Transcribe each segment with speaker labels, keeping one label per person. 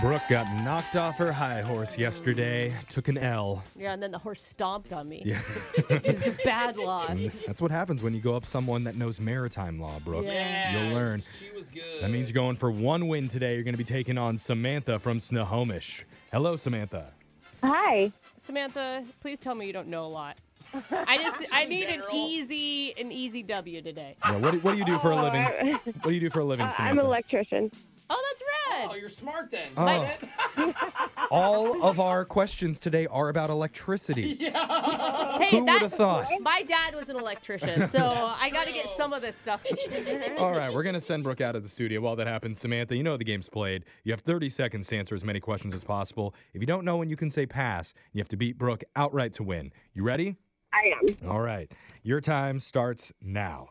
Speaker 1: Brooke got knocked off her high horse yesterday, took an L.
Speaker 2: Yeah, and then the horse stomped on me.
Speaker 1: Yeah. Mm.
Speaker 2: It was a bad loss.
Speaker 1: That's what happens when you go up someone that knows maritime law, Brooke.
Speaker 2: Yeah.
Speaker 1: You'll learn.
Speaker 3: She was good.
Speaker 1: That means you're going for one win today. You're going to be taking on Samantha from Snohomish. Hello, Samantha.
Speaker 4: Hi.
Speaker 2: Samantha, please tell me you don't know a lot. I just I
Speaker 3: in
Speaker 2: need
Speaker 3: general.
Speaker 2: an easy an easy W today.
Speaker 1: Yeah, what, do, what do you do for a living?
Speaker 4: I-
Speaker 1: What do you do for a living,
Speaker 4: I- I'm
Speaker 1: Samantha?
Speaker 4: an electrician.
Speaker 2: Oh, that's
Speaker 3: Oh,
Speaker 2: red.
Speaker 3: you're smart then.
Speaker 1: Oh.
Speaker 3: Like that?
Speaker 1: All of our questions today are about electricity.
Speaker 2: hey,
Speaker 3: Oh,
Speaker 1: Who would
Speaker 2: that
Speaker 1: have thought?
Speaker 2: my dad was an electrician, so I got to get
Speaker 3: true.
Speaker 2: some of this stuff.
Speaker 1: All right, we're going to send Brooke out of the studio. While that happens, Samantha, you know the game's played. You have 30 seconds to answer as many questions as possible. If you don't know when you can say pass, you have to beat Brooke outright to win. You ready?
Speaker 4: I am.
Speaker 1: All right. Your time starts now.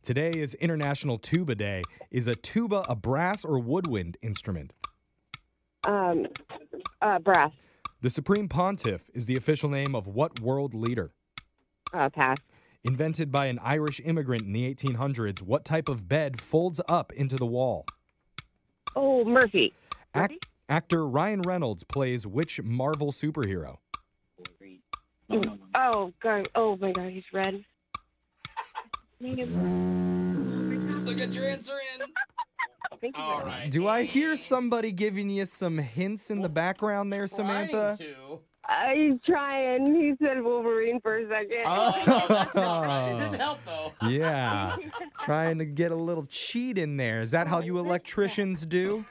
Speaker 1: Today is International Tuba Day. Is a tuba a brass or woodwind instrument?
Speaker 4: Um, uh, brass.
Speaker 1: The Supreme Pontiff is the official name of what world leader?
Speaker 4: Uh, pass.
Speaker 1: Invented by an Irish immigrant in the 1800s, what type of bed folds up into the wall?
Speaker 4: Oh, Murphy.
Speaker 1: Ac- actor Ryan Reynolds plays which Marvel superhero?
Speaker 4: Oh God. Oh my God. He's red. Thank you.
Speaker 3: so get your answer in.
Speaker 4: Oh, Thank you.
Speaker 3: All right.
Speaker 1: Do I hear somebody giving you some hints in the background there, Samantha?
Speaker 3: Trying to.
Speaker 4: Uh, he's trying. He said Wolverine for a second.
Speaker 3: Oh, no, that's not
Speaker 1: Oh.
Speaker 3: right. It didn't help though.
Speaker 1: Yeah. Trying to get a little cheat in there. Is that how you electricians do?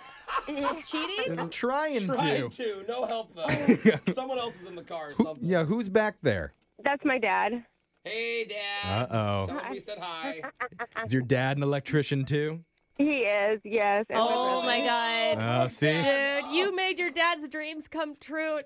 Speaker 2: Just cheating?
Speaker 1: I'm trying
Speaker 3: Trying
Speaker 1: to.
Speaker 3: to. No help though. Someone else is in the car or something.
Speaker 1: Yeah, who's back there?
Speaker 4: That's my dad.
Speaker 3: Hey, Dad.
Speaker 1: Uh
Speaker 3: Tell him we said hi.
Speaker 1: oh. Is your dad an electrician too?
Speaker 4: He is. Yes. and
Speaker 2: Oh
Speaker 4: my
Speaker 2: my god.
Speaker 1: Oh, see?
Speaker 2: Dude, you made your dad's dreams come true. and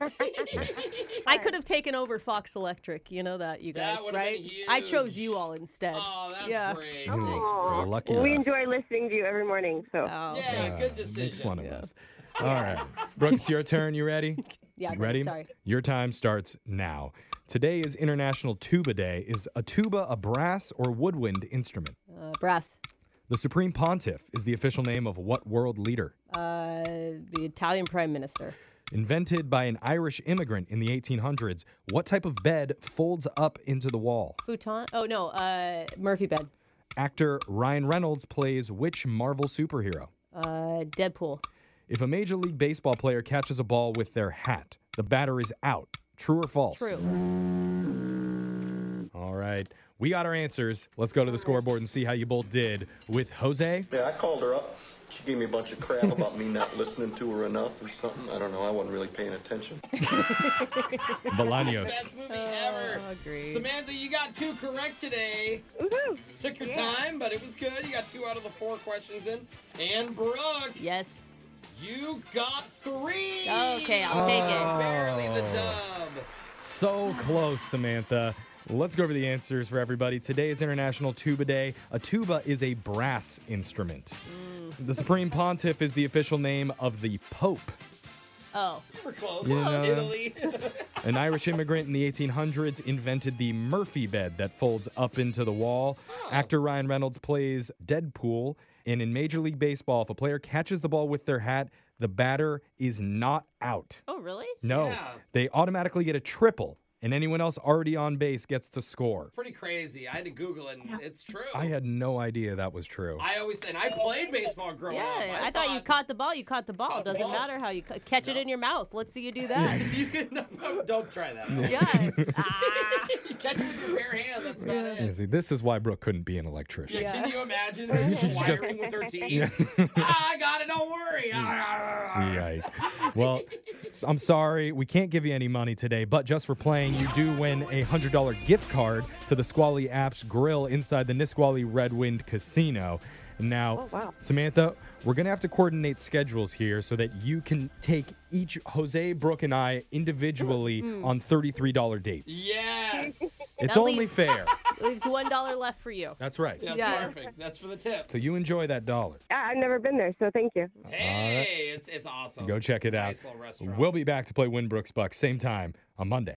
Speaker 2: I didn't. I could have taken over Fox Electric. You know that, you
Speaker 3: That
Speaker 2: guys,
Speaker 3: would've
Speaker 2: right?
Speaker 3: been
Speaker 2: I chose
Speaker 3: huge.
Speaker 2: you all instead.
Speaker 3: Oh, that's
Speaker 2: Yeah.
Speaker 3: great.
Speaker 1: Ooh,
Speaker 4: Aw.
Speaker 1: lucky
Speaker 4: brother. We
Speaker 1: us.
Speaker 4: enjoy listening to you every morning. So.
Speaker 2: Oh.
Speaker 3: Yeah,
Speaker 1: Yeah,
Speaker 3: good
Speaker 1: Makes
Speaker 3: decision.
Speaker 1: one of us. All right. Brooke, it's your turn. You ready?
Speaker 2: Yeah,
Speaker 1: You ready?
Speaker 2: Sorry.
Speaker 1: Your time starts now. Today is International Tuba Day. Is a tuba a brass or woodwind instrument?
Speaker 2: Uh, brass.
Speaker 1: The Supreme Pontiff is the official name of what world leader?
Speaker 2: Uh, the Italian Prime Minister.
Speaker 1: Invented by an Irish immigrant in the 1800s, what type of bed folds up into the wall?
Speaker 2: Futon? Oh, no. Uh, Murphy Bed.
Speaker 1: Actor Ryan Reynolds plays which Marvel superhero?
Speaker 2: Uh, Deadpool.
Speaker 1: If a Major League Baseball player catches a ball with their hat, the batter is out. True or false?
Speaker 2: True.
Speaker 1: All right. We got our answers. Let's go to the scoreboard and see how you both did with Jose.
Speaker 5: Yeah, I called her up. She gave me a bunch of crap about me not listening to her enough or something. I don't know. I wasn't really paying attention.
Speaker 1: Bolaños.
Speaker 3: Best movie ever.
Speaker 2: Agreed.
Speaker 3: Samantha, you got two correct today.
Speaker 4: Woohoo.
Speaker 3: Took your time, but it was good. You got two out of the four questions in. And Brooke,
Speaker 2: Yes.
Speaker 3: you got three.
Speaker 2: Okay, I'll take it.
Speaker 3: Barely the dub.
Speaker 1: So close, Samantha. Let's go over the answers for everybody. Today is International Tuba Day. A tuba is a brass instrument. The Supreme Pontiff is the official name of the Pope.
Speaker 2: Oh.
Speaker 3: We're close.
Speaker 1: You know-
Speaker 3: Italy.
Speaker 1: An Irish immigrant in the 1800s invented the Murphy bed that folds up into the wall. Actor Ryan Reynolds plays Deadpool. And in Major League Baseball, if a player catches the ball with their hat, the batter is not out.
Speaker 2: Oh, really?
Speaker 1: No,
Speaker 3: Yeah.
Speaker 1: they automatically get a triple, and anyone else already on base gets to score.
Speaker 3: Pretty crazy. I had to Google it, and it's true.
Speaker 1: I had no idea that was true.
Speaker 3: I always said I played baseball growing
Speaker 2: Yeah,
Speaker 3: up.
Speaker 2: I, thought, you caught the ball. You caught the ball.
Speaker 3: Caught the
Speaker 2: Doesn't
Speaker 3: ball.
Speaker 2: matter how you ca- catch it in your mouth. Let's see you do that.
Speaker 3: you could. No, no, don't try that.
Speaker 2: yes. Ah.
Speaker 3: you catch it with your bare hand. That's about
Speaker 1: Yeah,
Speaker 3: it.
Speaker 1: see, this is why Brooke couldn't be an electrician.
Speaker 3: Yeah,
Speaker 2: Yeah.
Speaker 3: Can you imagine her wiring
Speaker 1: just-
Speaker 3: with her teeth? ah, I got it. Don't worry.
Speaker 1: Yikes. Well, s- I'm sorry, we can't give you any money today, but just for playing, you do win a $100 gift card to the Squally Apps Grill inside the Nisqually Red Wind Casino. Now, S- Samantha, we're going to have to coordinate schedules here so that you can take each Jose, Brooke, and I individually on $33 dates.
Speaker 3: Yes.
Speaker 1: It's
Speaker 2: That
Speaker 1: only
Speaker 2: leaves-
Speaker 1: fair.
Speaker 2: Leaves one dollar left for you.
Speaker 1: That's right.
Speaker 3: That's
Speaker 2: Yeah.
Speaker 3: perfect. That's for the tip.
Speaker 1: So you enjoy that dollar.
Speaker 4: I- I've never been there, so thank you.
Speaker 3: Hey, it's it's awesome.
Speaker 1: Go check it out.
Speaker 3: Nice little restaurant.
Speaker 1: We'll be back to play Winbrook's Bucks same time on Monday.